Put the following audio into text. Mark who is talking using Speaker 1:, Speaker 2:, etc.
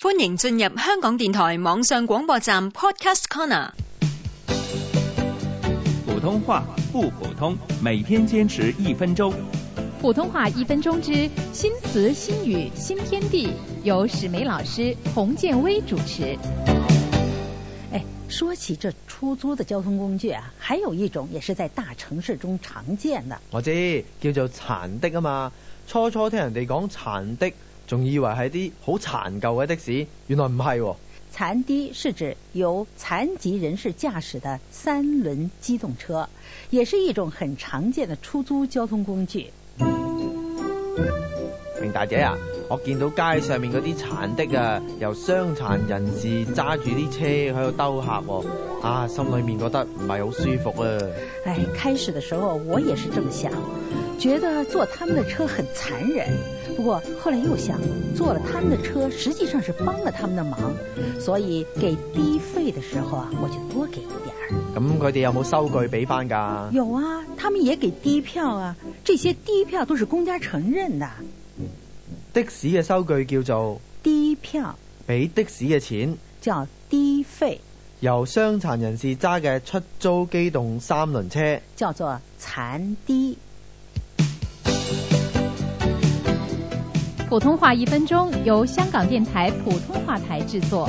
Speaker 1: 歡迎進入香港電台網上廣播站 Podcast Corner。
Speaker 2: 普通話不普通，每天堅持一分鐘。
Speaker 3: 普通話一分鐘之新詞新語新天地，由史梅老師、洪建威主持。
Speaker 4: 哎，说起这出租的交通工具啊，还有一種也是在大城市中常見的。
Speaker 5: 我知叫做殘的啊嘛，初初聽人哋講殘的，仲以為係啲好殘舊嘅的士，原來唔係喎。
Speaker 4: 殘的是指由殘疾人士駕駛的三輪機動車，也是一種很常見的出租交通工具。
Speaker 5: 明大姐啊，我見到街上面嗰啲殘的啊，由傷殘人士揸住啲車喺度兜客喎，啊，心裏面覺得唔係好舒服啊。
Speaker 4: 哎，開始的時候我也是這麼想，覺得坐他們的車很殘忍。不過後來又想，坐了他們的車實際上是幫了他們的忙，所以給低費的時候啊，我就多給一點兒。
Speaker 5: 咁佢哋有冇收據俾翻㗎？
Speaker 4: 有啊，他們也給低票啊，這些低票都是公家承認的。
Speaker 5: 的士嘅收據叫做
Speaker 4: 低票
Speaker 5: 俾的士嘅錢，
Speaker 4: 叫低費，
Speaker 5: 由傷殘人士揸嘅出租機動三輪車。
Speaker 4: 叫做殘低。
Speaker 3: 普通話一分鐘由香港電台普通話台製作。